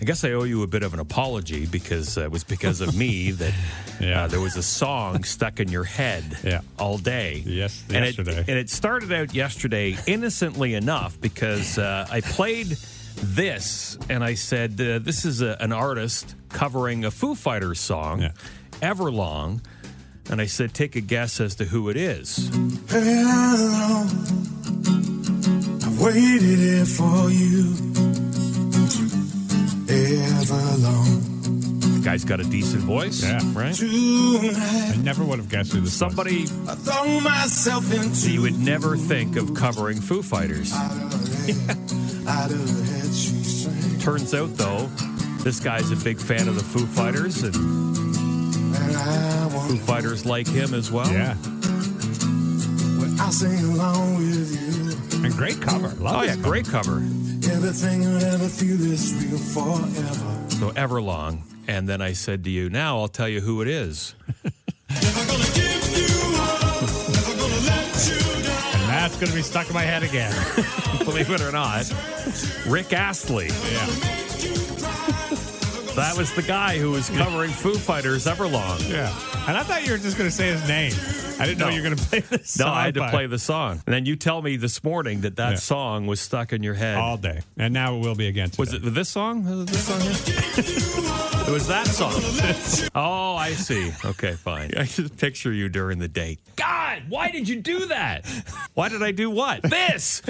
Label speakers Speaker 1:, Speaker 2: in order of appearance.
Speaker 1: I guess I owe you a bit of an apology because uh, it was because of me that
Speaker 2: Yeah.
Speaker 1: uh, there was a song stuck in your head
Speaker 2: Yeah.
Speaker 1: all day.
Speaker 2: Yes,
Speaker 1: and
Speaker 2: yesterday.
Speaker 1: It, and it started out yesterday innocently enough because uh, I played this and I said, uh, This is a, an artist covering a Foo Fighters song,
Speaker 2: Yeah.
Speaker 1: Everlong. And I said, Take a guess as to who it is.
Speaker 3: Hello, I waited here for you. Ever long
Speaker 1: guy's got a decent voice.
Speaker 2: Yeah.
Speaker 1: Right?
Speaker 3: tonight,
Speaker 2: I never would have guessed who this was.
Speaker 1: Somebody
Speaker 3: I throw myself into
Speaker 1: you would never think of covering Foo Fighters.
Speaker 3: out of her head, out of her head she sang,
Speaker 1: Turns out, though, this guy's a big fan of the Foo Fighters, and
Speaker 3: and I
Speaker 1: Foo
Speaker 3: want
Speaker 1: Fighters like him as well.
Speaker 2: Yeah.
Speaker 3: when I sing along with you.
Speaker 2: And great cover. Love
Speaker 1: Oh, yeah,
Speaker 2: this cover.
Speaker 1: great cover.
Speaker 3: Everything I'll ever feel is real forever.
Speaker 1: So, Everlong. And then I said to you, now I'll tell you who it is.
Speaker 3: Never gonna give you up, never gonna let you down.
Speaker 2: And that's going to be stuck in my head again.
Speaker 1: Believe it or not, Rick Astley.
Speaker 2: yeah.
Speaker 1: That was the guy who was covering Foo Fighters Everlong.
Speaker 2: Yeah. And I thought you were just going to say his name. I didn't
Speaker 1: No.
Speaker 2: know you were going to play this
Speaker 1: No,
Speaker 2: song.
Speaker 1: I had to
Speaker 2: but-
Speaker 1: play the song. And then you tell me this morning that that
Speaker 2: Yeah. Oh,
Speaker 1: song was stuck in your head.
Speaker 2: all day. And now it will be again.
Speaker 1: Was
Speaker 2: today.
Speaker 1: it this song? Was it this song? here? it was that song. Oh, I see. Okay, fine. I just picture you during the date. God, why did you do that? Why did I do what? This.